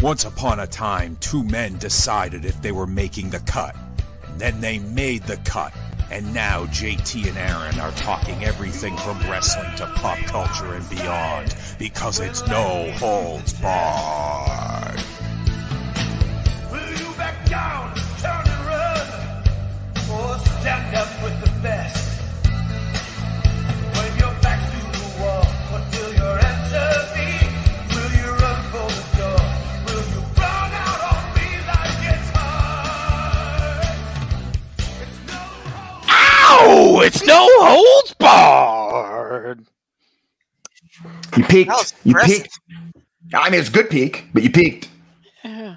Once upon a time, two men decided if they were making the cut. And then they made the cut. And now JT and Aaron are talking everything from wrestling to pop culture and beyond because it's no holds barred. Will you back down, turn and run, or stand up with the best? When your back to the wall, what will your answer be? Will you run for the door? Will you run out on me like it's hard? It's no hope. Ow! Oh, It's no holds barred. You peaked. That was You impressive. peaked. I mean, it's a good peak, but you peaked. I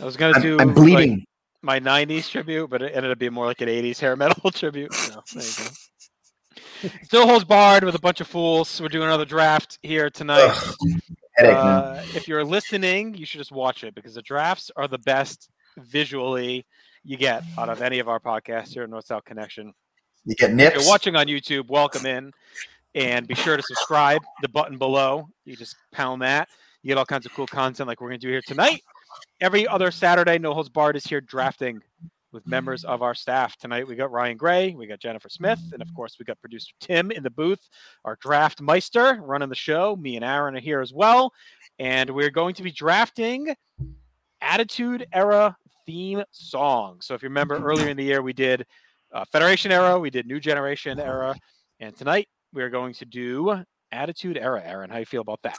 was gonna do I'm, I'm bleeding. like, my '90s tribute, but it ended up being more like an '80s hair metal tribute. So, there you go. Still holds barred with a bunch of fools. We're doing another draft here tonight. Ugh, headache, man. Uh, if you're listening, you should just watch it because the drafts are the best visually you get out of any of our podcasts here at North South Connection. You get If nips. you're watching on YouTube, welcome in. And be sure to subscribe, the button below. You just pound that. You get all kinds of cool content like we're going to do here tonight. Every other Saturday, No Holds Barred is here drafting with members of our staff. Tonight, we got Ryan Gray, we got Jennifer Smith, and of course, we got producer Tim in the booth, our draft meister running the show. Me and Aaron are here as well. And we're going to be drafting Attitude Era theme songs. So if you remember earlier in the year, we did uh, Federation era, we did New Generation era, and tonight we are going to do Attitude era. Aaron, how you feel about that?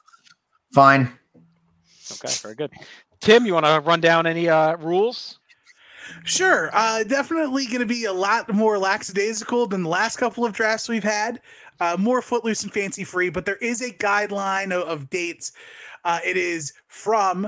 Fine. Okay, very good. Tim, you want to run down any uh, rules? Sure. Uh, definitely going to be a lot more lackadaisical than the last couple of drafts we've had. Uh, more footloose and fancy free, but there is a guideline of, of dates. Uh, it is from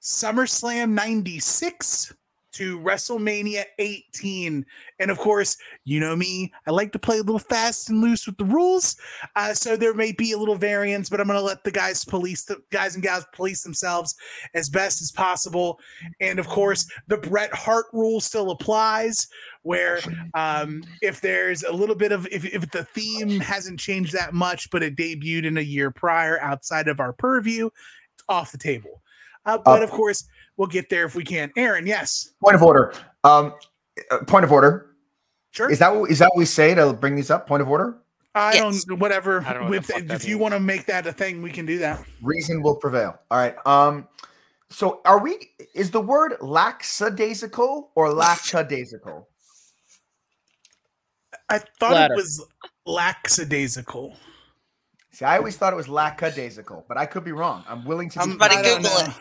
SummerSlam 96 to WrestleMania 18. And of course, you know me, I like to play a little fast and loose with the rules. Uh, so there may be a little variance, but I'm going to let the guys police, the guys and gals police themselves as best as possible and of course the Bret Hart rule still applies where um if there's a little bit of if, if the theme hasn't changed that much but it debuted in a year prior outside of our purview it's off the table uh, but Uh, of course we'll get there if we can Aaron yes Point of order. Um, uh, point of order. sure Is that what, is that what we say to bring these up? Point of order. I Yes. don't whatever I don't know what with the fuck that if you means. want to make that a thing we can do that Reason will prevail. All right. Um, so are we? Is the word lackadaisical or lackadaisical? I thought Latter. it was lackadaisical See, I always thought it was lackadaisical, but I could be wrong. I'm willing to. I'm- be- Buddy, I don't Google know.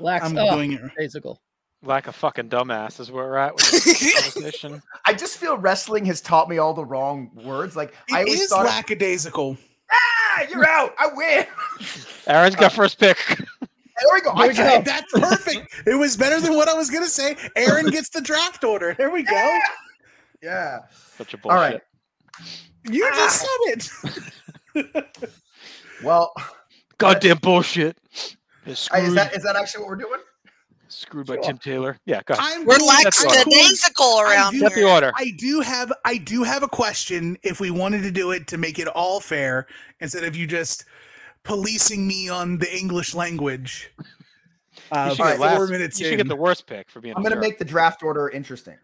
Lax. I'm oh, doing it Lackadaisical. Like a fucking dumbass is where we're at with this conversation. I just feel wrestling has taught me all the wrong words. Like it I always is thought, lackadaisical ah, you're out. I win. Aaron's Uh, got first pick. There we go. I There we got Okay, go. it. that's perfect. It was better than what I was gonna say. Aaron gets the draft order. There we go. Yeah. Such a bullshit. All right. You Ah. just said it. Well, Goddamn bullshit. They're I- is screwed. that is that actually what we're doing? screwed by Tim Taylor. Yeah, go ahead. I'm We're cool. like That's the cool. lackadaisical around do- Step the here. order. I do have I do have a question if we wanted to do it to make it all fair instead of you just policing me on the English language. You Uh, should, four get last- minutes you should in. get the worst pick for being. I'm gonna a jerk. make the draft order interesting.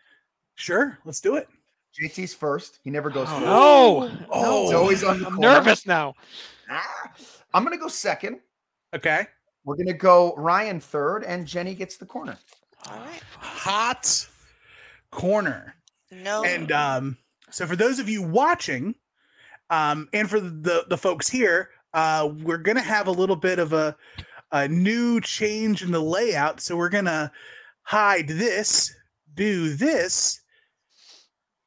sure, let's do it. JT's first. He never goes Oh, first. no. Oh. He's always on the I'm corner. nervous now. Ah. I'm gonna go second. Okay. We're gonna go Ryan third, and Jenny gets the corner. All right. Hot corner. No. And um, so for those of you watching, um, and for the the folks here, uh, we're gonna have a little bit of a a new change in the layout. So we're gonna hide this, do this,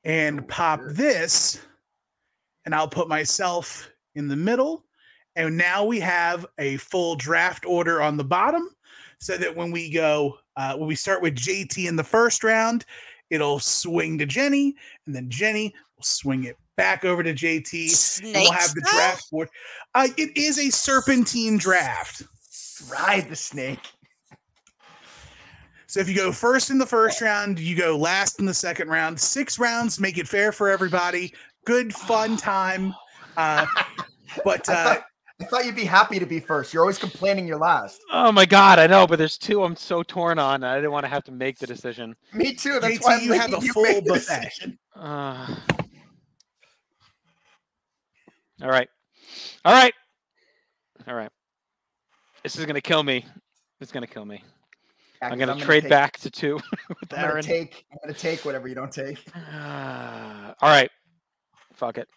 and pop this, and I'll put myself in the middle. And now we have a full draft order on the bottom, so that when we go, uh, when we start with JT in the first round, it'll swing to Jenny, and then Jenny will swing it back over to JT. And Snake we'll have the style? draft board. Uh, it is a serpentine draft. Ride the snake. So if you go first in the first round, you go last in the second round. Six rounds make it fair for everybody. Good fun time. Uh, but I, uh, thought, I thought you'd be happy to be first. You're always complaining you're last. Oh my god, I know, but there's two I'm so torn on. I didn't want to have to make the decision. Me too. That's JT, why I'm you have making a make full the buffet. decision. Uh, all right, all right, all right. This is gonna kill me. It's gonna kill me. I'm gonna trade take- back to two with I'm gonna Aaron. take. I'm gonna take whatever you don't take. Ah, all right. Fuck it.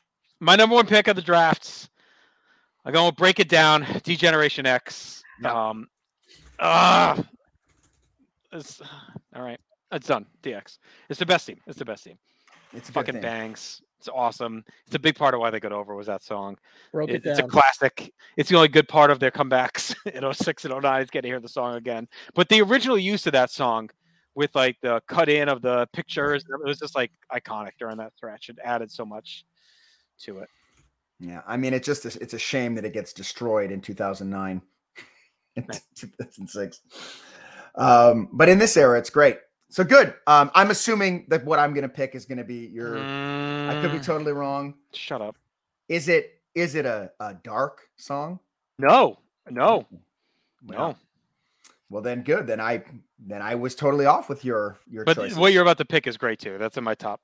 My number one pick of the drafts. I'm going to break it down. Degeneration X. Um, ah, it's- all right. It's done. DX. It's the best team. It's the best team. It's a good Fucking thing. bangs. It's awesome. It's a big part of why they got over was that song. Broke It- it, it's a down. classic. It's the only good part of their comebacks in 06 and 09 is getting to hear the song again. But the original use of that song with like the cut in of the pictures, it was just like iconic during that stretch. It added so much to it. Yeah, I mean, it's just a, it's a shame that it gets destroyed in 2009, and 2006. Um, but in this era, it's great. So good. Um, I'm assuming that what I'm gonna pick is gonna be your. I could be Mm, totally wrong. Shut up. Is it is it a, a dark song? No, no, Well, Oh. no. Well, then good. Then I then I was totally off with your your But choices. what you're about to pick is great too. That's in my top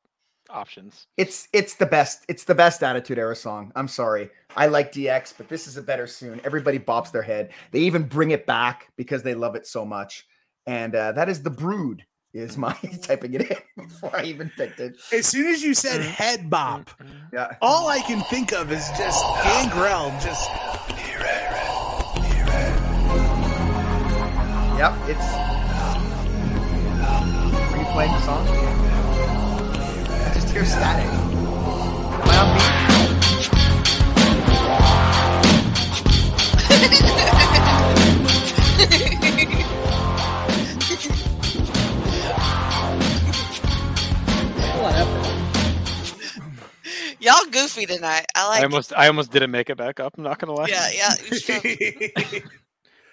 options. It's it's the best. It's the best Attitude Era song. I'm sorry. I like DX, but this is a better soon. Everybody bops their head. They even bring it back because they love it so much. And uh, that is the Brood. Is my typing it in before I even picked it. as soon as you said Mm. head bop, Yeah. all I can think of is just Gangrel. Just Yep. It's. Are you playing the song? I just hear static. Am I on beat? Y'all goofy tonight. I I like. it. almost, I almost didn't make it back up. I'm not gonna lie. yeah, yeah. you should.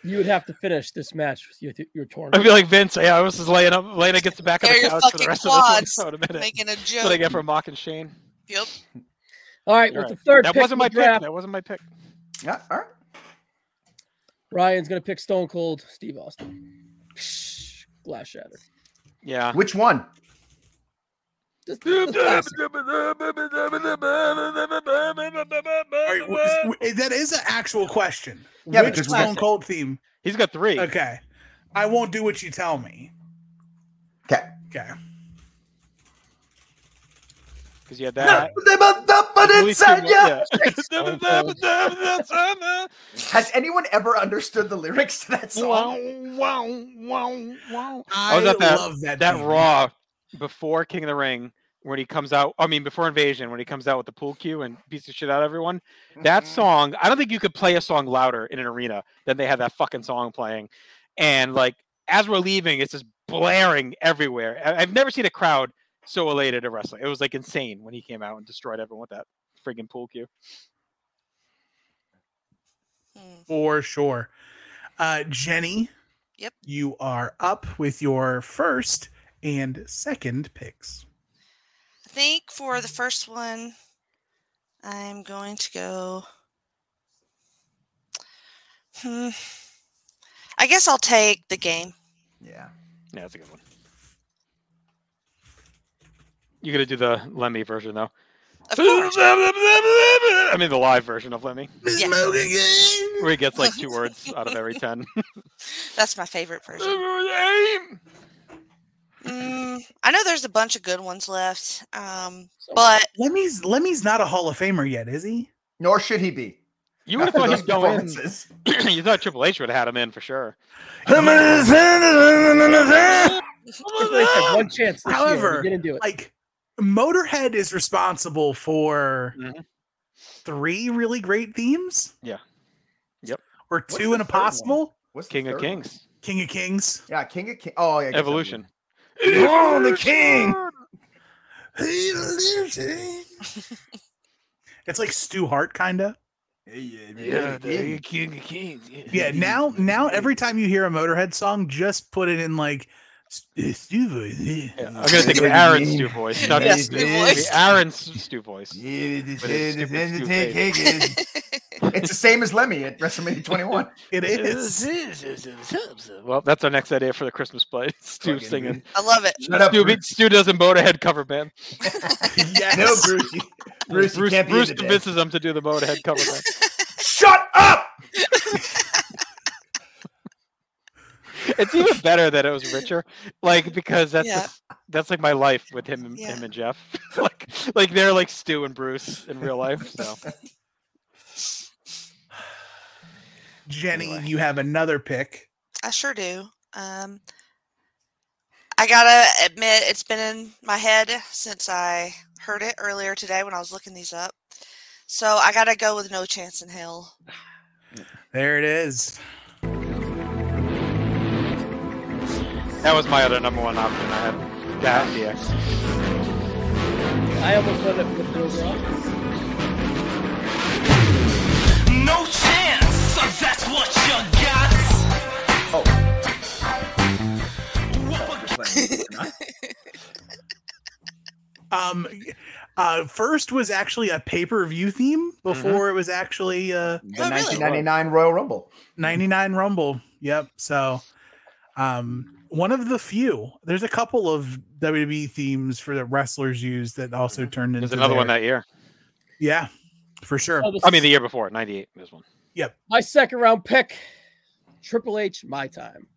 You would have to finish this match with your, your tournament. I'd be like Vince. Yeah, I was just laying up, laying against the back of There the your couch for the fucking rest quads of this episode. In a minute. Making a That's what uh, I joke. get for mocking Shane. Yep. All right, You're with right. the third that pick wasn't in my the draft, pick. That wasn't my pick. Yeah. All right. Ryan's gonna pick Stone Cold Steve Austin. Glass shatter. Yeah. Which one? Just- just classic. all right, w- w- that is an actual question. Yeah, Which because we got- Stone Cold theme? He's got three. Okay, I won't do what you tell me. Okay. Okay, Because you had that. At least two more- yeah. Has anyone ever understood the lyrics to that Wow, song? wow, wow, wow. I, was at Oh, that- love that That theme. Raw before King of the Ring, when he comes out, I mean, before Invasion, when he comes out with the pool cue and beats the shit out of everyone, that song, I don't think you could play a song louder in an arena than they had that fucking song playing. And like, as we're leaving, it's just blaring everywhere. I- I've never seen a crowd so elated at wrestling. It was like insane when he came out and destroyed everyone with that friggin' pool cue. Hmm. for sure. Uh, Jenny. Yep. You are up with your first and second picks. I think for the first one, I'm going to go. Hmm. I guess I'll take the game. Yeah. Yeah, that's a good one. You gotta do the Lemmy version though. Of course. I mean the live version of Lemmy, Yeah. where he gets like two words out of every ten. That's my favorite version. All Mm, I know there's a bunch of good ones left, um, So- but Lemmy's Lemmy's not a Hall of Famer yet, is he? Nor should he be. You would have after thought those he'd go in. performances. you thought Triple H would have had him in for sure. Triple H had one chance. This year, and However, he didn't do it. Like Motorhead is responsible for Mhm. three really great themes. Yeah. Yep. Or What's two the and a third one? possible What's the King of third one? Kings, King of Kings. Yeah, King of Kings. Oh, yeah. I guess Evolution. Evolution. Oh, the King. it's like Stu Hart, kind of. Yeah, yeah, King of Kings. Yeah. Yeah. Now, now every time you hear a Motorhead song, just put it in like S- uh, Stu voice. Yeah, I'm gonna think of Aaron's Stu voice. Not Yes, Stu Stu voice. voice. Aaron's Stu voice. But it's stupid, stupid. it's the same as Lemmy at WrestleMania 21. It is. Well, Oh, that's our next idea for the Christmas play. Stu Fucking- singing. I love it. Shut up, Stu, Bruce. Stu doesn't Motorhead cover band. yes. No, Bruce. you- Bruce, you Bruce, can't be Bruce in the convinces them to do the Motorhead cover band. Shut up! it's even better that it was richer, like because that's Yeah. just- that's like my life with him, and Yeah. him and Jeff. like like they're like Stu and Bruce in real life. So Jenny, Anyway. you have another pick. I sure do. Um, I gotta admit, it's been in my head since I heard it earlier today when I was looking these up. So I gotta go with No Chance in Hell. There it is. that was my other number one option. I had that DX. I almost let it put it over on. No chance, so that's what you got. Um, uh, first was actually a pay per view theme Mm-hmm. before it was actually uh, The Oh, really? 1999 Royal Rumble. 99 Rumble. Yep. So, um, one of the few. There's a couple of WWE themes for the wrestlers use that also Mm-hmm. turned into There's another one their- that year. yeah, for sure. Oh, this I mean, is the year before, '98. This one. my second round pick, Triple H, my time.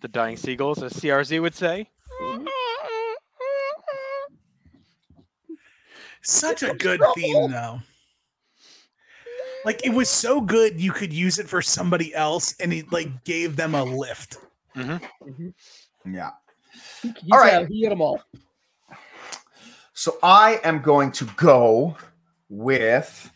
The Dying Seagulls, as CRZ would say. Such a good theme, though. Like it was so good, you could use it for somebody else, and it like gave them a lift. Yeah. He, he's All right. out- he hit them all. So I am going to go with.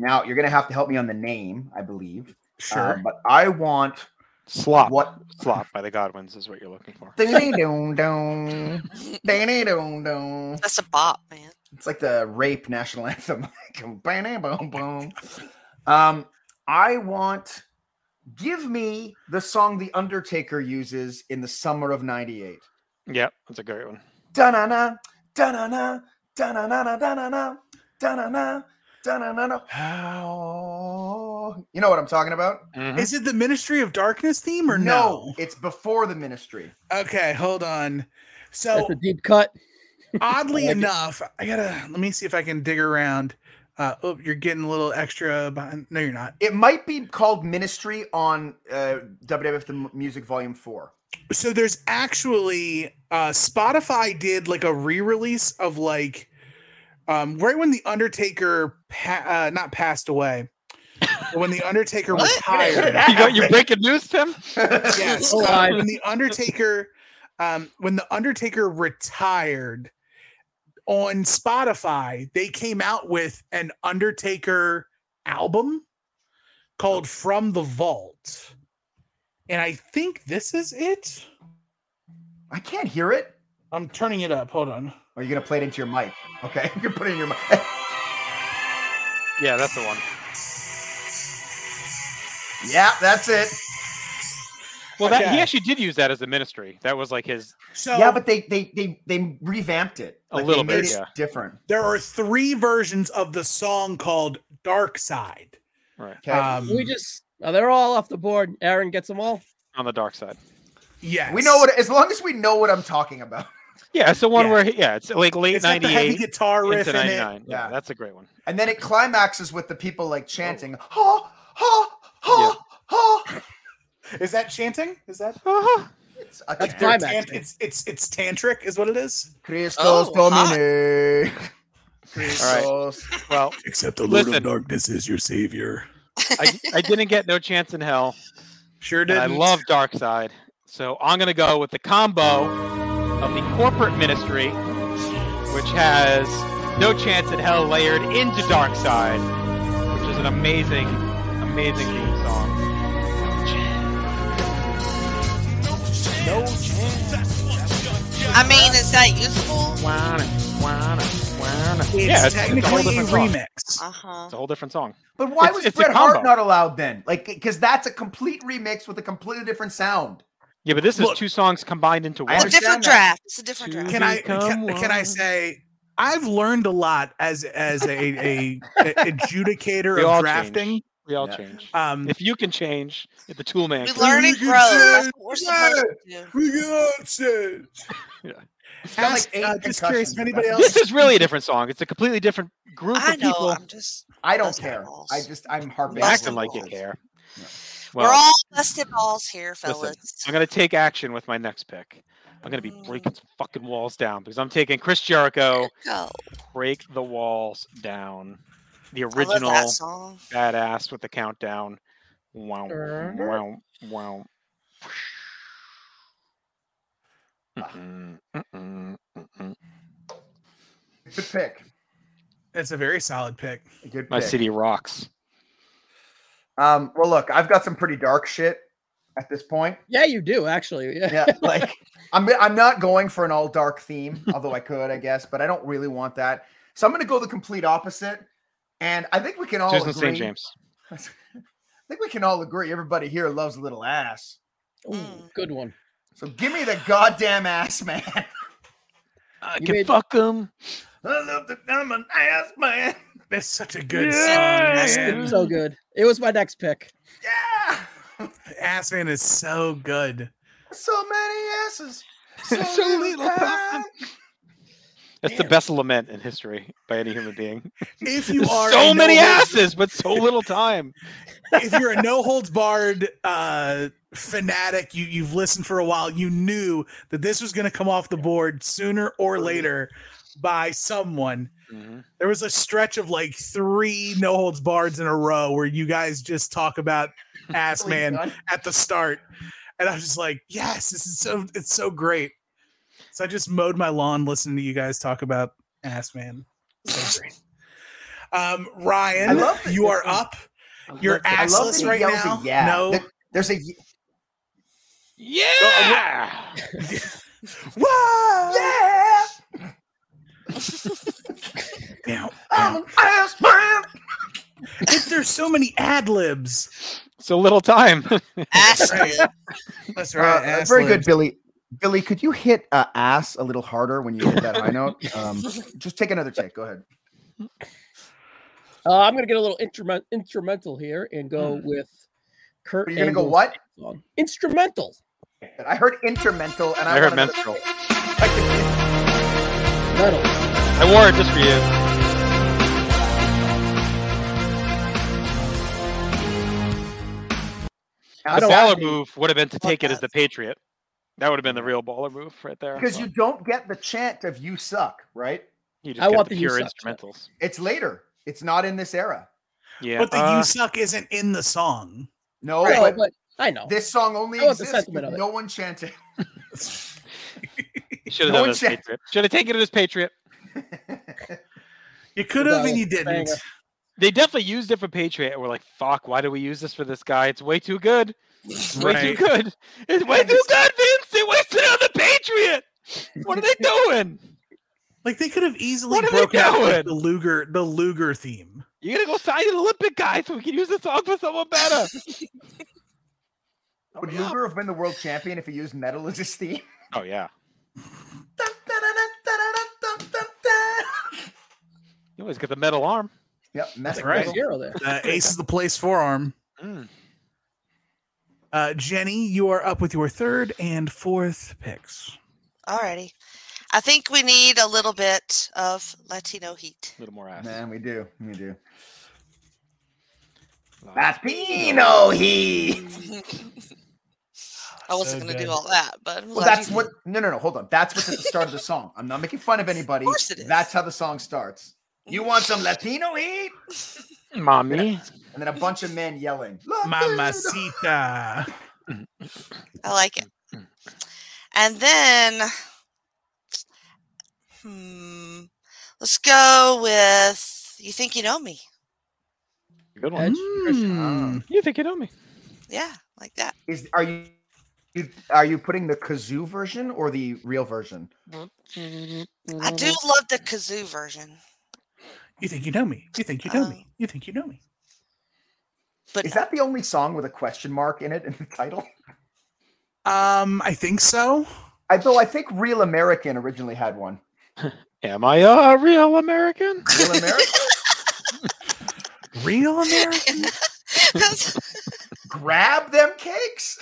Now you're going to have to help me on the name, I believe. Sure. Uh, but I want Slop. what? Slop by the Godwins is what you're looking for. Ding-a-ding-dong-dong. Ding-a-ding-dong-dong. That's a bop, man. It's like the rape national anthem. Like, ba-na-boom-boom. um, I want. Give me the song The Undertaker uses in the summer of '98. Yeah, that's a great one. Da na na, da na na, da na na na da na na, da na na, da na na na. How? You know what I'm talking about? Mhm. is it the Ministry of Darkness theme or no? it's before the ministry. Okay, hold on. So That's a deep cut. oddly like it. enough, I gotta let me see if I can dig around. Uh, oh, you're getting a little extra behind. No, you're not. It might be called Ministry on uh, WWF the M- Music Volume Four. So there's actually uh, Spotify did like a re-release of like um, right when the Undertaker pa- uh, not passed away, but when the Undertaker What? retired. You got your breaking news, Tim. yes, Oh, uh, I- when the Undertaker, um, when the Undertaker retired on Spotify, they came out with an Undertaker album Oh. called "From the Vault," and I think this is it. I can't hear it. I'm turning it up. Hold on. Are you gonna play it into your mic? Okay, you can put it in your mic. Yeah, that's the one. yeah, that's it. Well, that, he Okay. actually did use that as a ministry. That was like his So yeah, but they they they they revamped it A they little bit, made it yeah. different. there are three versions of the song called "Dark Side." right Okay, Um, Hmm. We just oh, they're all off the board. Aaron gets them all. on the dark side. yes, we know what. As long as we know what I'm talking about. Yeah, it's the one Yeah. where he, yeah, it's like late It's got the heavy '98 into guitar riff in it. '99. Yeah. Yeah. that's a great one. And then it climaxes with the people like chanting, ha, ha, ha, ha. Is that chanting? Is that It's a chant. That's They're climax. tan- it's it's it's tantric, is what it is. Christos Oh, hot. Domine. All Well, Except the Lord of Listen. Darkness is your savior. I, I didn't get no chance in hell. Sure And did. I love dark side, so I'm gonna go with the combo of the corporate ministry, which has no chance in hell layered into Dark Side, which is an amazing, amazing theme song. I mean, is that usable? Wanna, wanna, wanna. It's yeah, it's, it's a whole technically different a song. remix. Uh huh. It's a whole different song. But why It's- was it's a Bret Hart combo. not allowed then? Like, because that's a complete remix with a completely different sound. Yeah, but this Look. is two songs combined into I one. It's a understand different that. draft. It's a different draft. Can I Become can, can I one. say I've learned a lot as as a, a, a adjudicator We all of change. drafting. We all Yeah. change. Um, If you can change, if the tool man We can. learn and you grow. That's said what we're supposed to do. we got it. Yeah. got Ask, like uh, eight just curious concussions if anybody left. else This is really a different song. It's a completely different group I of know. people I'm just. I don't That's not care. false. I just I'm harping. We're on acting Busted like you balls. care. Yeah. Well, We're all busted balls here, fellas. I'm gonna take action with my next pick. I'm gonna be breaking some fucking walls down because I'm taking Chris Jericho, Go. break the walls down. The I love that original song. badass with the countdown. Wow, Err. wow, wow. Mm-mm, mm-mm, mm-mm. Good pick. It's a very solid pick. A Good pick. My city rocks. Um, well, look, I've got some pretty dark shit at this point. Yeah, you do actually. Yeah. Yeah, like I'm I'm not going for an all dark theme, although I could, I guess, but I don't really want that. So I'm going to go the complete opposite, and I think we can all Susan St. agree. James. I think we can all agree. Everybody here loves little ass. Ooh, Mm. good one. So give me the goddamn ass man. I You can made- fuck him. I love the I'm an ass man. That's such a good Yes. song. man. So good. It was my next pick. Yeah. Ass Man is so good. So many asses. So, So little little time. That's the best lament in history by any human being. If you There's are so a many no- asses, but so little time. if you're a no holds barred uh, fanatic, you you've listened for a while. You knew that this was going to come off the board sooner or later by someone. Mm-hmm. There was a stretch of like three no holds bards in a row where you guys just talk about ass man at the start, and I was just like, yes, this is so it's so great. So I just mowed my lawn listening to you guys talk about ass man. So great. Um, I Ryan, love that you this are is- up. You're I love that assless he right yells a now. Yeah. No, There- There's a y- Yeah. Whoa! yeah. Now, I'm an ass man. if there's so many ad libs, So little time. Ashley. that's Uh, uh, very good, Billy. Billy, could you hit uh, ass a little harder when you hit that high note? Um, just take another take. Go ahead. Uh, I'm gonna get a little instrument, instrumental here and go with Kurt. Hmm. You're gonna go Angle's what? song. Instrumental. I heard instrumental, and I, I heard wanted to- menstrual. Metal. I wore it just for you. Now, I The don't baller actually move would have been to want take it as the that. Patriot. That would have been the real baller move right there. because you don't get the chant of "you suck," right? you I just got want the the you pure suck chant. instrumentals. It's later. It's not in this era. Yeah. But the uh, you suck isn't in the song. No, No, but Oh, but I know. this song only I want the exists. sentiment with of it. No one chanted. should have no done one it as said- Patriot. Should have taken it as Patriot. You could have Without and you saying didn't. it. They definitely used it for Patriot. and We're like, fuck, why do we use this for this guy? It's way too good. It's way Right. too good. It's way too good, Vince. They wasted it on the Patriot. What are they doing? Like they could have easily What are they broken out like, doing? the Luger the Luger theme. You're gonna go sign an Olympic guy so we can use the song for someone better. oh, Would yeah. Luger have been the world champion if he used metal as his theme? Oh, yeah. You always get the metal arm. Yep, metal. right. metal. Zero there. Uh, Ace is the place forearm. Mm. Uh, Jenny, you are up with your third and fourth picks. Alrighty. I think we need a little bit of Latino heat. A little more ass. Man, we do. We do. Like, Latino heat. I wasn't So going to good. do all that, but I'm Well, glad that's you what. No, no, no. Hold on. That's what's at the start of the song. I'm not making fun of anybody. course it is. That's how the song starts. You want some Latino heat? Mommy. And then a bunch of men yelling. "Latino!" Mamacita. Mm, did. I like it. And then Hmm. Let's go with You Think You Know Me. Good one. Edge. Christian. Mm. You think you know me? Yeah, like that. Is are you, you are you putting the kazoo version or the real version? I do Mm. love the kazoo version, You think you know me? You think you know Um. me? You think you know me? but Is that the only song with a question mark in it in the title? Um, I think so. I though I think Real American originally had one. Am I a real American? Real American? Real American. That's- Grab them cakes.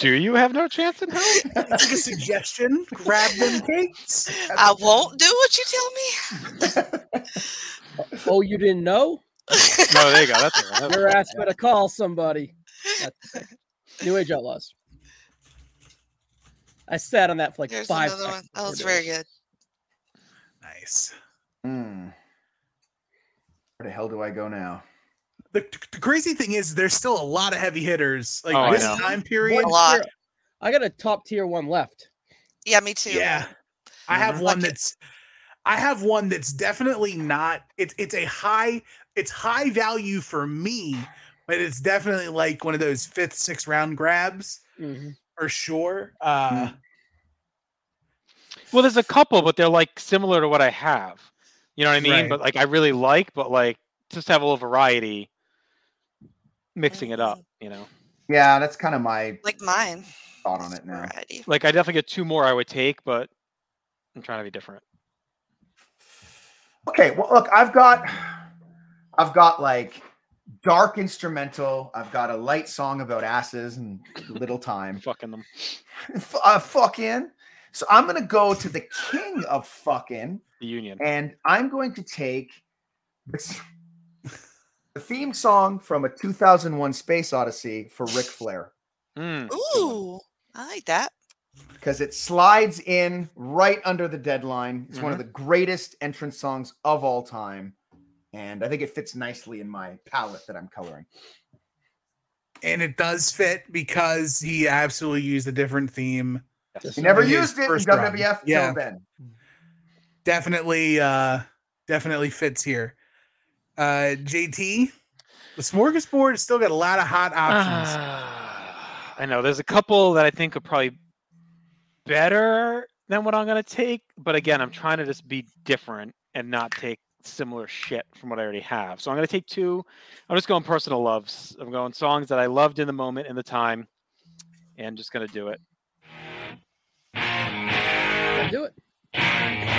Do you have no chance in hell? That's like a suggestion. Grab them cakes. I won't do what you tell me. Oh, you didn't know? No, there you go. That's it. That's Your ass better call somebody. That's it. New Age Outlaws. I sat on that for like There's five. another one. seconds That before was doing very it. good. Nice. Hmm. Where the hell do I go now? The, the crazy thing is, there's still a lot of heavy hitters. Like Oh, I this know. time One period. What? lot. tier- I got a top tier one left. Yeah, me too. Yeah. I have Mhm. one Like it- that's I have one that's definitely not it's it's a high it's high value for me, but it's definitely like one of those fifth, sixth round grabs Mm-hmm. for sure. Uh Well, there's a couple, but they're like similar to what I have. You know what I mean? Right. But like I really like, but like just to have a little variety, mixing it up. You know, Yeah, that's kind of my Like mine. thought on it now. Variety. like I definitely get two more I would take, but I'm trying to be different. Okay, well look, I've got I've got like dark instrumental, I've got a light song about asses and little time. I'm fucking them. F- uh, fucking. So I'm gonna go to the king of fucking, The union. and I'm going to take this, the theme song from a 2001 Space Odyssey for Ric Flair Mm. Ooh, I like that. because it slides in right under the deadline. It's one of the greatest entrance songs of all time, and I think it fits nicely in my palette that I'm coloring. and it does fit because he absolutely used a different theme. He Yes. never His used it in first run. WWF Yeah. till then. Definitely uh definitely fits here. Uh JT, the smorgasbord has still got a lot of hot Uh, options. Ah, I know there's a couple that I think are probably better than what I'm gonna take, but again, I'm trying to just be different and not take similar shit from what I already have. So I'm gonna take two. I'm just going personal loves. I'm going songs that I loved in the moment in the time, and just gonna do it. Gotta Do it.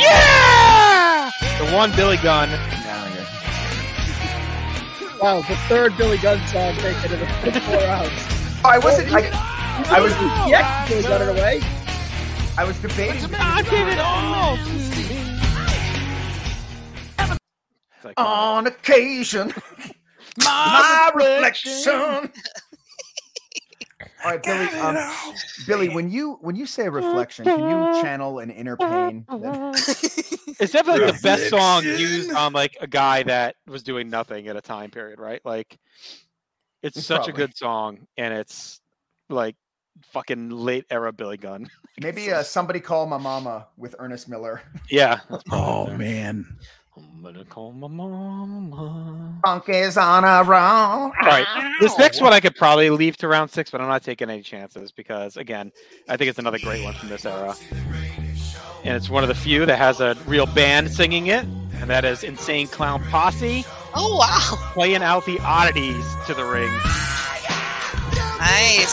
Yeah! The one Billy Gunn. Wow, the third Billy Gunn song taken in the four rounds. Oh, I wasn't. I, I was. The X goes out of the way. I was debating. I did it all. It's like, oh, On occasion, my my reflection. all right, Billy. Um, Billy, when you when you say reflection, can you channel an inner pain? that- It's definitely like the best song used on like a guy that was doing nothing at a time period, right? Like, it's such a Probably. good song, and it's like fucking late era Billy Gunn. Maybe uh, somebody call my mama with Ernest Miller. Yeah. that's Oh probably up there. man. I'm gonna call my mama. Funk is on a roll. All right, this next one I could probably leave to round six, but I'm not taking any chances because, again, I think it's another great one from this era, and it's one of the few that has a real band singing it, and that is Insane Clown Posse. Oh wow, playing out the oddities to the ring. nice.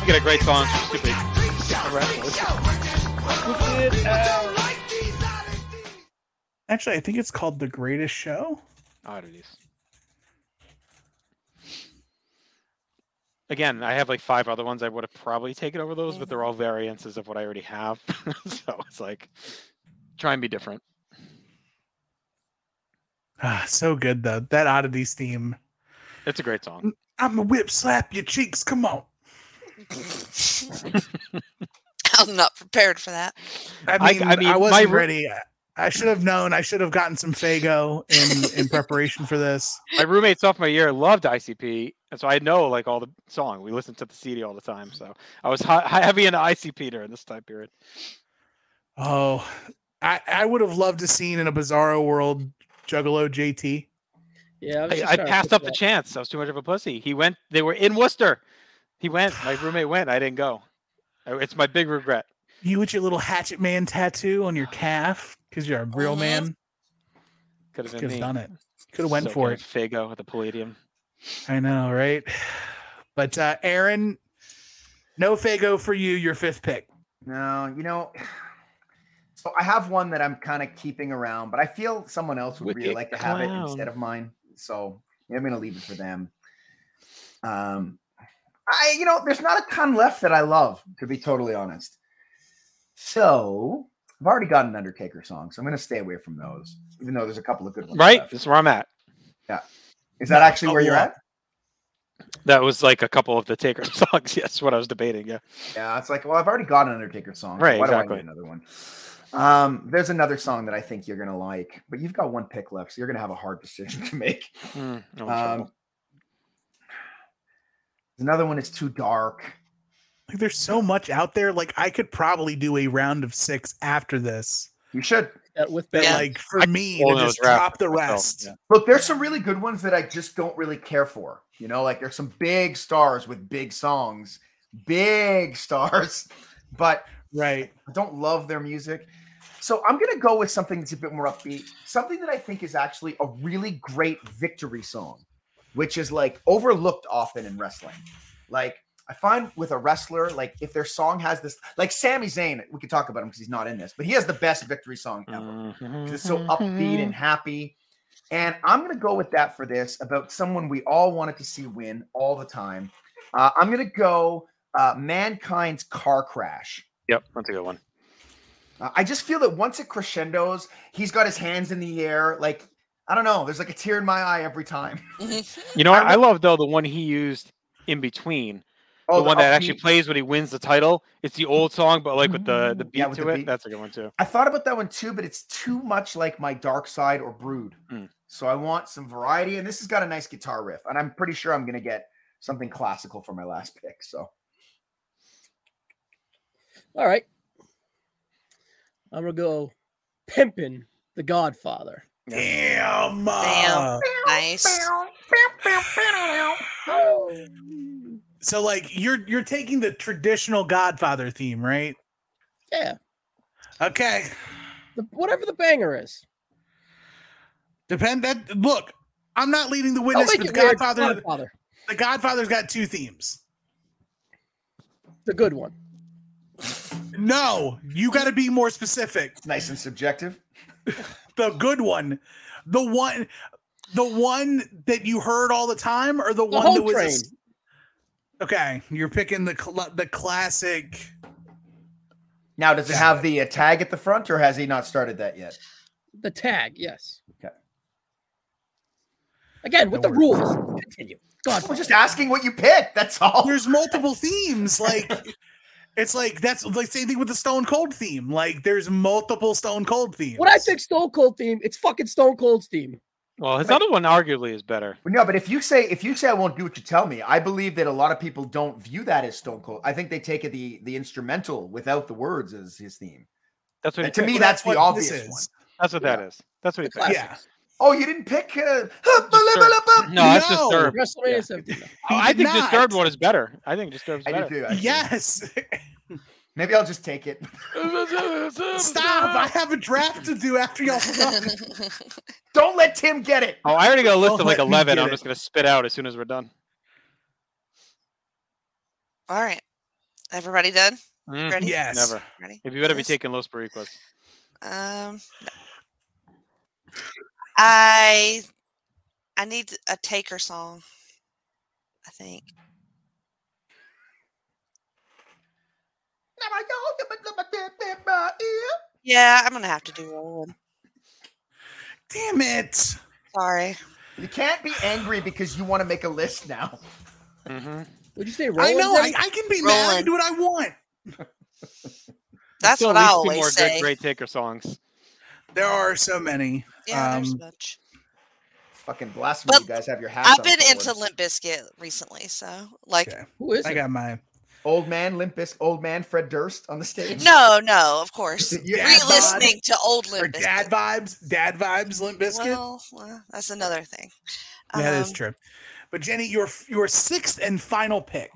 You get a great song, stupid. Actually, I think it's called The Greatest Show. Oddities. Again, I have like five other ones I would have probably taken over those, but they're all variances of what I already have. so it's like try and be different. Ah, so good though. That oddities theme. It's a great song. I'm a whip slap your cheeks. Come on. I'm not prepared for that. I I- mean, I, I mean, my wasn't re- ready. I should have known. I should have gotten some Fago in in preparation for this. My roommate sophomore year loved ICP, and so I know like all the song. We listened to the CD all the time, so I was hi- hi- heavy into ICP during this time period. Oh, I I would have loved to seen in a Bizarro world Juggalo JT. Yeah, was I, just I trying to passed pick up the chance. I was too much of a pussy. He went. They were in Worcester. He went. My roommate went. I didn't go. I- It's my big regret. You with your little Hatchet Man tattoo on your calf because you're a real Mhm. man. Could have Could Uh-huh. been have me. done it. Could have went So for good. it. Fago at the Palladium. I know, right? But uh Aaron, no Fago for you. Your fifth pick. No, you know. So I have one that I'm kind of keeping around, but I feel someone else would really Wicked like to have it clown. instead of mine. So yeah, I'm going to leave it for them. Um, I you know, there's not a ton left that I love, to be totally honest. So I've already got an Undertaker song, so I'm going to stay away from those, even though there's a couple of good ones. Right. left. That's where I'm at. Is that actually where you're lot. at? That was like a couple of the Taker songs. Yes, what I was debating. Yeah. Yeah, it's like, well, I've already got an Undertaker song. so Right, Why exactly. do I need another one? Um, there's another song that I think you're gonna like, but you've got one pick left, so you're gonna have a hard decision to make. Mm, no trouble. Um, another one is too dark. Like, there's so much out there. Like, I could probably do a round of six after this. You should that with But Ben. Yeah. like for I me all to those just top rappers the myself, rest. yeah. look. There's some really good ones that I just don't really care for. You know, like there's some big stars with big songs, big stars, but Right. I don't love their music. So I'm gonna go with something that's a bit more upbeat, something that I think is actually a really great victory song, which is like overlooked often in wrestling. Like I find with a wrestler, like if their song has this, like Sami Zayn, we could talk about him because he's not in this, but he has the best victory song ever. mm-hmm. 'cause It's so upbeat and happy. And I'm gonna go with that for this about someone we all wanted to see win all the time. Uh, I'm gonna go uh, mankind's car crash. Yep, that's a good one. Uh, I just feel that once it crescendos, he's got his hands in the air. Like, I don't know. There's like a tear in my eye every time. You know, I what? I love though the one he used in between. Oh, the, one that actually Oh, upbeat- plays when he wins the title. It's the old song, but like with the the beat Yeah, with to the it. beat. That's a good one too. I thought about that one too, but it's too much like my Dark Side or Brood. Mm. So I want some variety. And this has got a nice guitar riff. And I'm pretty sure I'm going to get something classical for my last pick. So All right. I'm gonna go pimping the Godfather. Damn. uh, Damn. Nice. So like you're you're taking the traditional Godfather theme, right? Yeah, Okay. the, whatever the banger is. Depend that look, I'm not leading the Don't witness, make but the it weird. Godfather Godfather, the Godfather's got two themes. the good one. No, you gotta be more specific. it's nice and subjective. The good one. The one the one that you heard all the time or the, The one that whole was a train. s- Okay, you're picking the cl- the classic Now, does it have the uh, tag at the front or has he not started that yet? The tag, yes. Okay. Again, with the Don't rules. Continue. I'm Godfather. just asking what you picked. That's all. there's multiple themes. Like it's like that's like same thing with the Stone Cold theme. Like there's multiple Stone Cold themes. When I think Stone Cold theme, it's fucking Stone Cold's theme. Well, his Right. other one arguably is better. Well, No, but if you say if you say I won't do what you tell me, I believe that a lot of people don't view that as Stone Cold. I think they take it the the instrumental without the words as his theme. That's what he And to picked. me, Well, that's the what this obvious one. is. That's what that is. That's what he picked. Yeah. Oh, you didn't pick. Uh, No, that's No. Disturbed. WrestleMania Yeah. 17. though. He Oh, I did think not. Disturbed one is better. I think Disturbed's I better. do too. actually. Yes. Maybe I'll just take it. Oh, Stop. I have a draft to do after y'all. Don't let Tim get it. Oh, I already got a list Don't of like let me eleven. get I'm it. just gonna spit out as soon as we're done. All right. Everybody done? Mm, Ready? yes. Never. Ready? If you better be Yes. taking Los Periquas. Um, no. I I need a Taker song. I think. Yeah, I'm gonna have to do one. Damn it. Sorry. You can't be angry because you want to make a list now. Mm-hmm. Would you say I Roland? know. I, did it? I can be mad. I Roland. can do what I want. That's Still what at I least two more always good say. great taker songs. There are so many. Yeah, there's a Um, bunch. Fucking blasphemy! You But guys have your hats. I've on been into backwards. Limp Biscuit recently, so like, Okay. Who is I it? got my old man Limp Biz- old man Fred Durst on the stage. no, no, of course. You Dad bod Re-listening to old or Limp dad Bizkit. vibes, dad vibes, Limp Biscuit. Well, well, that's another thing. that is Um, true. But Jenny, your your sixth and final pick.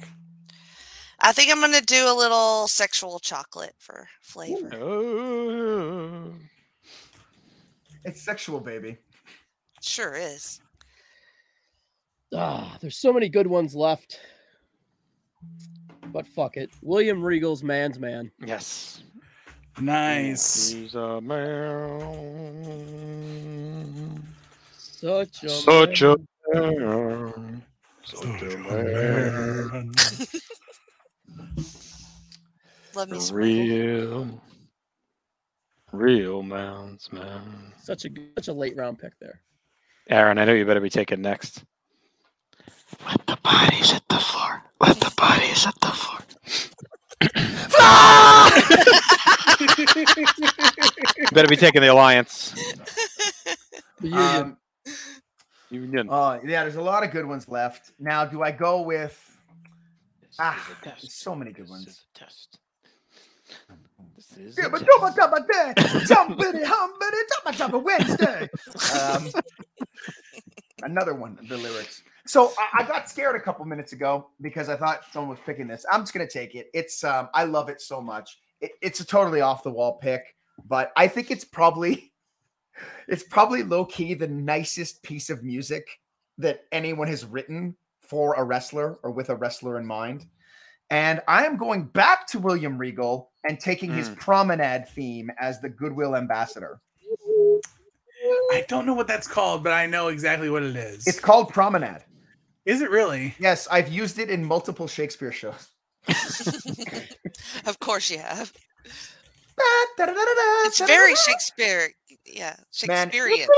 I think I'm gonna do a little sexual chocolate for flavor. Oh. It's sexual, baby. Sure is. Ah, there's so many good ones left. But fuck it. William Regal's Man's Man. Yes. Nice. He's a man. Such a Such man. a man. Such a man. Love me some Regal. Real. Real man's man. such a such a late round pick there. Aaron, I know you better be taken next. Let the bodies hit the floor. Let the bodies hit the floor. better be taking the alliance. The union. Um, Union. oh yeah, there's a lot of good ones left. Now, do I go with? Ah, there's so many good ones. Jibba dabba dabba day, jumpity humpity dabba dabba Wednesday. Um, another one, the lyrics. So I, I got scared a couple minutes ago because I thought someone was picking this. I'm just gonna take it. It's um, I love it so much. It, it's a totally off the wall pick, but I think it's probably it's probably low key the nicest piece of music that anyone has written for a wrestler or with a wrestler in mind. And I am going back to William Regal and taking Hmm. his promenade theme as the goodwill ambassador. I don't know what that's called, but I know exactly what it is. It's called promenade. is it really? Yes, I've used it in multiple Shakespeare shows. Of course you have. It's very Shakespeare. Yeah, Man, Shakespearean.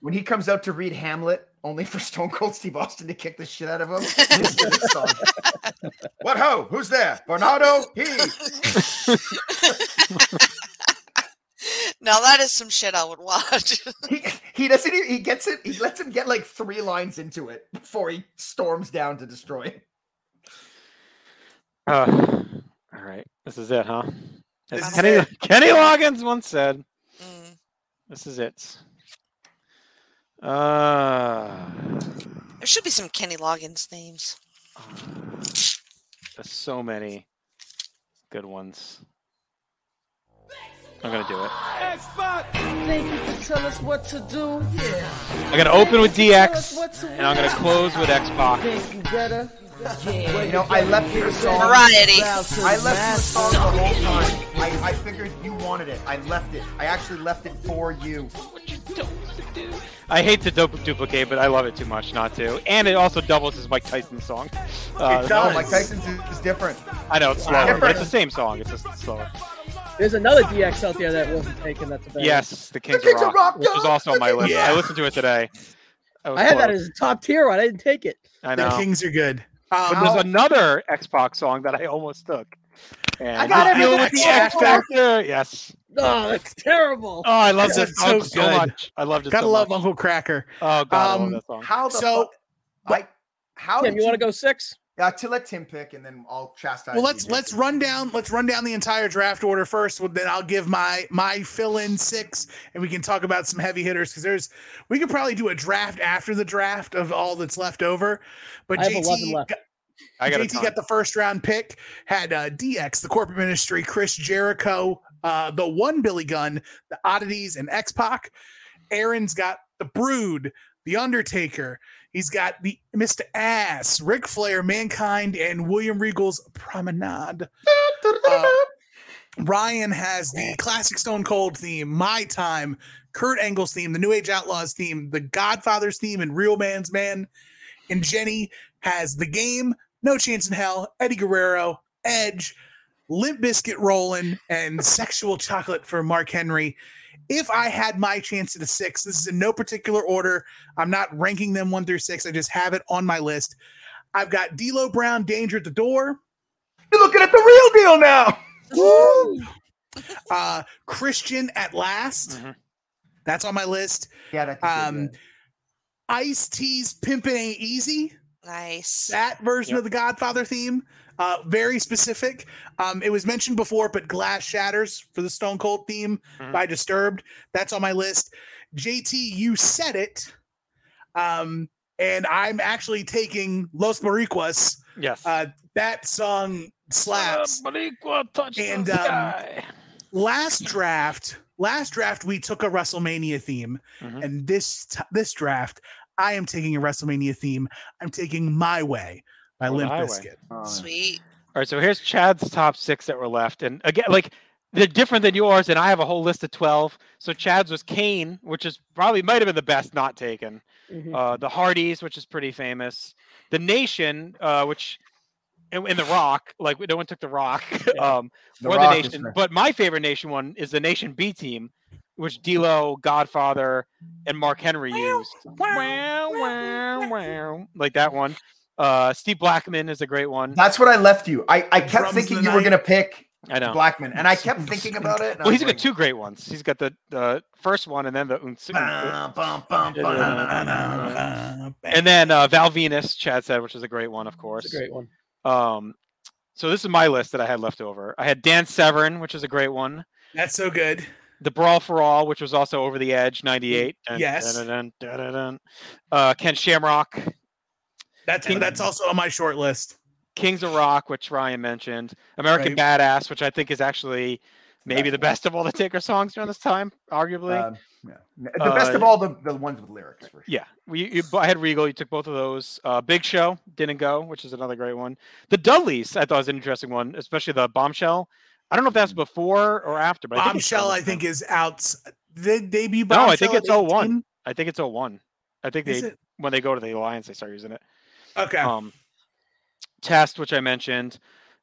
When he comes out to read Hamlet, only for Stone Cold Steve Austin to kick the shit out of him. listen to this song. what ho? Who's there? Bernardo? He. now that is some shit I would watch. he. He doesn't. e- He gets it. He lets him get like three lines into it before he storms down to destroy it. Uh, all right. This is it, huh? As This is Kenny, Kenny Loggins once said, Mm. this is it. Uh, There should be some Kenny Loggins themes. there's so many good ones. I'm going to do it. Thank you for telling us what to do. I'm going to open with DX, and I'm going to close with Xbox. Think you better? You know, I left your song. Variety. I left your song the whole time. I, I figured you wanted it. I left it. I actually left it for you. I hate to du- duplicate, but I love it too much not to. And it also doubles as Mike Tyson's song. Uh, Oh, No, does. Mike Tyson's is, is different. I know it's slower, but it's the same song. It's just slower. There's another DX out there that wasn't taken. That's a bad Yes, the Kings, Kings of Rock, of Rock, which is yeah. also on my list. Yeah. I listened to it today. was I had that close. as a top tier one. I didn't take it. I The know. Kings are good. But Um, Wow. there's another Xbox song that I almost took. And I got You it, deal I with got the it. X Factor. Yes. Oh, that's terrible. Oh, I love That's that song so so, good. much. I loved it. gotta so love much. Uncle Cracker. Oh god, Um, I love that song. How the So- fuck? Like, how Tim, did you want to go six? Uh, to let Tim pick, and then I'll chastise. Well, you let's here. let's run down let's run down the entire draft order first. Well, then I'll give my my fill in six, and we can talk about some heavy hitters because there's we could probably do a draft after the draft of all that's left over. But I have 11 JT left. got- I got a JT ton. got the first round pick, had uh, DX, the corporate ministry, Chris Jericho, uh, the one Billy Gunn, the Oddities, and X Pac. Aaron's got the Brood, the Undertaker. He's got the Mr. Ass, Ric Flair, Mankind, and William Regal's Promenade. Uh, Ryan has the classic Stone Cold theme, My Time, Kurt Angle's theme, the New Age Outlaws theme, the Godfather's theme, and Real Man's Man. And Jenny has the game, no Chance in Hell, Eddie Guerrero, Edge, Limp Biscuit Rollin', and Sexual Chocolate for Mark Henry. If I had my chance at a six, this is in no particular order. I'm not ranking them one through six. I just have it on my list. I've got D'Lo Brown, Danger at the Door, You're looking at the real deal now. uh, Christian at Last, Mhm. That's on my list. Yeah, that Um, Ice T's Pimpin' Ain't Easy. Nice. That version Yep. of the Godfather theme, uh, very specific. Um, it was mentioned before, but Glass Shatters for the Stone Cold theme Mhm. by Disturbed. That's on my list. JT, you said it. Um, and I'm actually taking Los Mariquas. Yes. Uh, that song slaps. Oh. And, um, last draft, last draft, we took a WrestleMania theme, Mhm. and this t- this draft, I am taking a WrestleMania theme. I'm taking "My Way" by Or Oh, the Limp Highway. Bizkit. Sweet. All right, so here's Chad's top six that were left, and again, like they're different than yours, and I have a whole list of twelve. So Chad's was Kane, which is probably might have been the best not taken. Mhm. Uh, the Hardys, which is pretty famous. The Nation, uh, which and, and the Rock, like no one took the Rock. um, or the Nation. But my favorite Nation one is the Nation B team, which D'Lo, Godfather, and Mark Henry used. Wow, wow, wow. Like that one. Uh, Steve Blackman is a great one. That's what I left you. I, I kept Drums of thinking the you were Night. gonna pick I know. Blackman, and I kept thinking about it. and I well, he's was got two great ones. He's got the the first one, and then the Unsu- like, bum, bum, bum, Yeah. ba-na-na-na-na. and then uh, Val Venus. Chad said, which is a great one, of That's course. a great one. Um, so this is my list that I had left over. I had Dan Severn, which is a great one. That's so good. The Brawl for All, which was also Over the Edge '98. Yes. Uh, Ken Shamrock, That's King- that's also on my short list. Kings of Rock, which Ryan mentioned, American Badass, which I think is actually maybe the best of all the Taker songs during this time, arguably. Um, yeah. The best of Uh, all the, the ones with lyrics. For sure. Yeah, we you, I had Regal. You took both of those. Uh, Big Show didn't go, which is another great one. The Dudleys, I thought was an interesting one, especially the Bombshell. I don't know if that's before or after, but I think it's around Bombshell, this I think, time. is out. Did debut? No, I think Bombshell at it's 01. 18? I think it's 01. I think Is they it? when they go to the Alliance, they start using it. Okay, Um, Test, which I mentioned,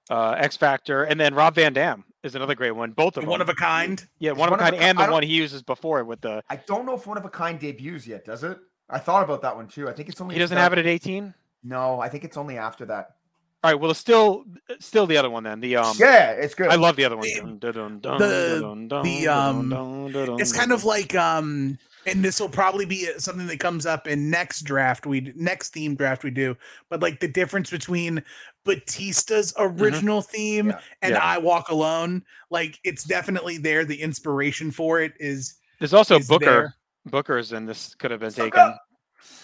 uh, X Factor, and then Rob Van Dam is another great one. Both of one them. of a kind. yeah, one of a one of kind, a ki- and I the don't- one he uses before with the I don't know if one of a kind debuts yet. Does it? I thought about that one too. I think it's only. he doesn't have it at 18. No, I think it's only after that. All right, well, it's still still the other one then. The um, yeah, it's good. I love the other one. the- Dun, dun, dun, dun, the- dun, dun, the, dun, um, dun, dun, It's dun, kind dun. of like um, and this will probably be something that comes up in next draft we d- next theme draft we do. But like the difference between Batista's original theme Yeah. and Yeah. I Walk Alone, like it's definitely there. The inspiration for it is There's also is Booker. there. Booker's and this could have been Suck taken. up.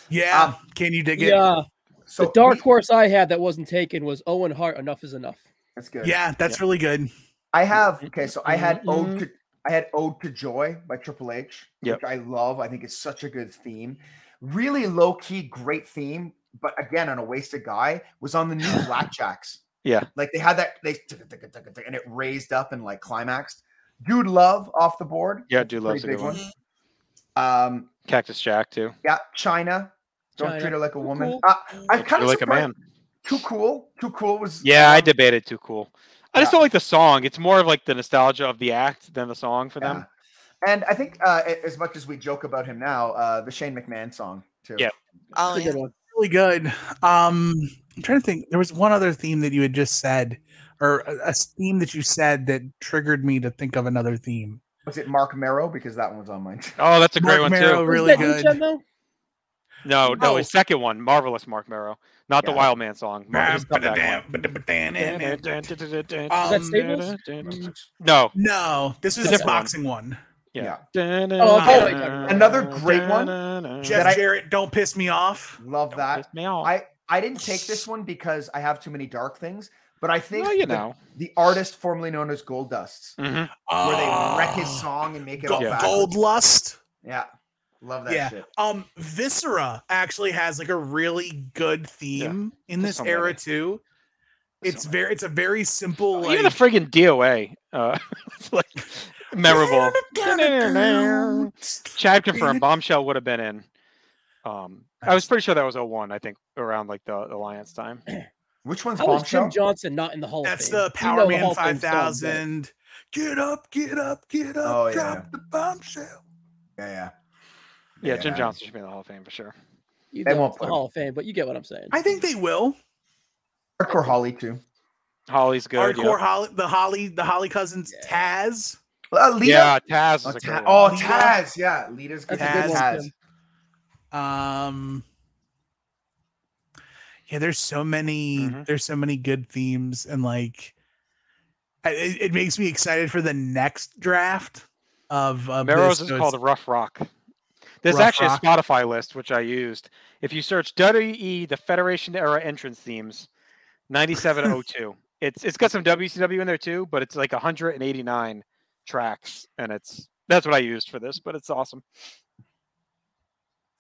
yeah. Can you dig it? Yeah, Yeah, So the dark we- horse I had that wasn't taken was Owen Hart. Enough is enough. That's good. that's really good. I have okay, so I had Mhm. Ode to I had Ode to Joy by Triple H, Yep. which I love. I think it's such a good theme. Really low key, great theme, but again, on a wasted guy was on the new Blackjacks. Yeah. like they had that they tick- tick- tick- tick- tick, and it raised up and like climaxed. Dude, love off the board. Yeah, Dude Love's a good pretty big one. one. Mm-hmm. Um, Cactus Jack too. yeah, China. Don't treat China. her like a woman. cool. Uh, I'm You're kind of like a man. Too cool. Too cool was. Yeah, I one- debated too cool. I just Yeah. don't like the song. It's more of like the nostalgia of the act than the song for them. Yeah. And I think uh, a- as much as we joke about him now, uh, the Shane McMahon song too. Yeah. Oh, That's a yeah. good one. Really good. Um, I'm trying to think. There was one other theme that you had just said, or a, a theme that you said that triggered me to think of another theme. Was it Mark Merrow? Because that one was on mine. Oh, that's a great Mark one Merrow, too. really Was that you, good. Jen, though? No, no, his No. second one, marvelous Mark Merrow, not the Yeah. Wild Man song. Mar- his comeback one. Um, No. No, this was It's a his different one. boxing one. Yeah. wait. Another great one. Mm. Jeff I- Jarrett, don't piss me off. Love Don't that. piss me off. I I didn't take this one because I have too many dark things, but I think Well, you the- know. the, artist formerly known as Gold Dust, Mhm. where they wreck Ah. his Oh, song and make it all Go- back. Gold lust. Yeah, love that Yeah. shit. Um, Viscera actually has like a really good theme in for this somebody. era too. For It's somebody. very, it's a very simple. Like, Even the friggin' DOA, uh, it's like memorable. Chad confirmed bombshell would have been in. Um, I was pretty sure that was 01, I think, around like the Alliance time. Which one's How is Jim bombshell? Johnson not in the Hall That's of Fame? the You know Power Man Hall of Fame's done, but- 5000. Get up, get up, get up, Oh, yeah. drop the bombshell. Yeah, yeah. Yeah, Jim Yeah. Johnson should be in the Hall of Fame for sure. You They know won't it's the put him. Hall of Fame, but you get what I'm saying. I think they will. Hardcore Holly too. Holly's good. Hardcore Holly, the Holly, the Holly cousins, Taz. Uh, Lita? Yeah, Taz. Is Oh, a Ta- good one. oh, Lita. Taz. Yeah, Lita's good. That's a good Taz. one, Tim. Um Yeah, there's so many Mhm. there's so many good themes and like I- it, it makes me excited for the next draft of uh, Meros this, is so called Rough Rock. There's Rough actually Rock. a Spotify list which I used. If you search WWE the Federation era entrance themes, 9702. it's it's got some WCW in there too, but it's like 189 tracks, and it's that's what I used for this. But it's awesome.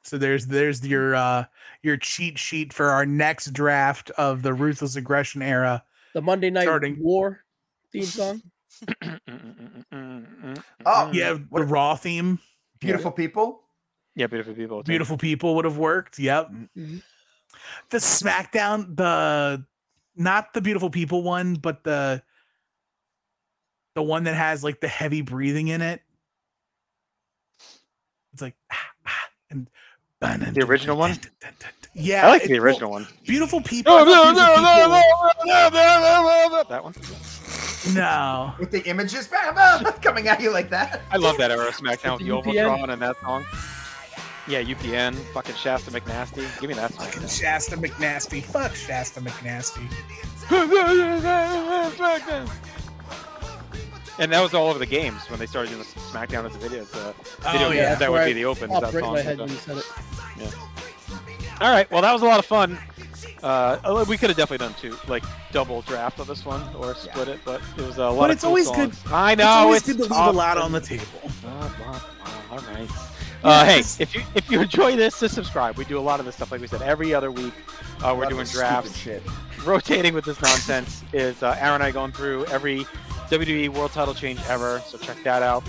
So there's there's your uh your cheat sheet for our next draft of the ruthless aggression era. The Monday Night Starting. War theme song. Mm, Oh, Yeah, the What- raw theme, Beautiful people. yeah, beautiful people. too. beautiful people would have worked. Yep. Mhm. The SmackDown, the not the beautiful people one, but the the one that has like the heavy breathing in it. It's like ah, ah, and The original one? Yeah, I like it- the well, original one. Beautiful people. I No, thought Beautiful no, no, no, no, People- no, no, no, no, That one. no. With the images bah, bah, coming at you like that. I love that era of SmackDown with the UPN. Overtron and that song. Yeah, UPN, fucking Shasta McNasty. Give me that Fucking Shasta McNasty. Fuck Shasta McNasty. song. And that was all over the games when they started doing the SmackDown as a video. The video Oh, games, yeah, that would where be I the open. Popped That right in song. my head when you said it. All right, well, that was a lot of fun. Uh, oh, we could have definitely done two, like double draft of this one or split it, but it was a lot. But of it's cool always songs. good- I it's know always good to leave a tough. lot on the table. Blah, blah, blah. All right. Uh, hey, just- if you if you enjoy this, to subscribe. We do a lot of this stuff, like we said, every other week. Uh, we're Love doing this stupid drafts. Shit. Rotating with this nonsense is uh, Aaron and I going through every WWE World Title change ever. So check that out.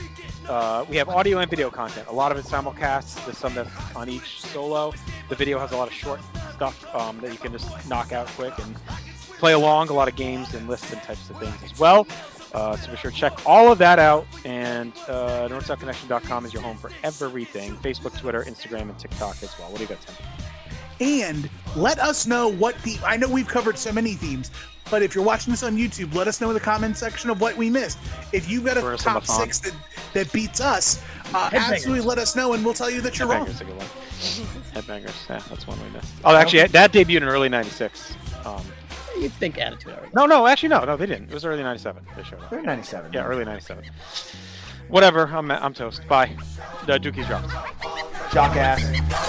Uh, we have audio and video content. A lot of it's simulcasts. There's some that's on each solo. The video has a lot of short stuff um, that you can just knock out quick and play along. A lot of games and lists and types of things as well. Uh, so be sure to check all of that out. And uh, NorthSouthConnection.com is your home for everything Facebook, Twitter, Instagram, and TikTok as well. What do you got, Tim? And let us know what the I know we've covered so many themes, but if you're watching this on YouTube, let us know in the comment section of what we missed. If you've got a Throw us on the top phone. six that, that beats us, uh, Headbangers. absolutely let us know and we'll tell you that you're wrong. Headbangers, a good one. Headbangers, yeah, that's one we missed. Oh, actually, that debuted in early '96. Um, You'd think attitude already. no, no, actually, no, no, they didn't. It was early '97. They showed up. They're 97. Yeah, early '97. Whatever. I'm I'm toast. Bye. The Dookie's dropped. Jock ass.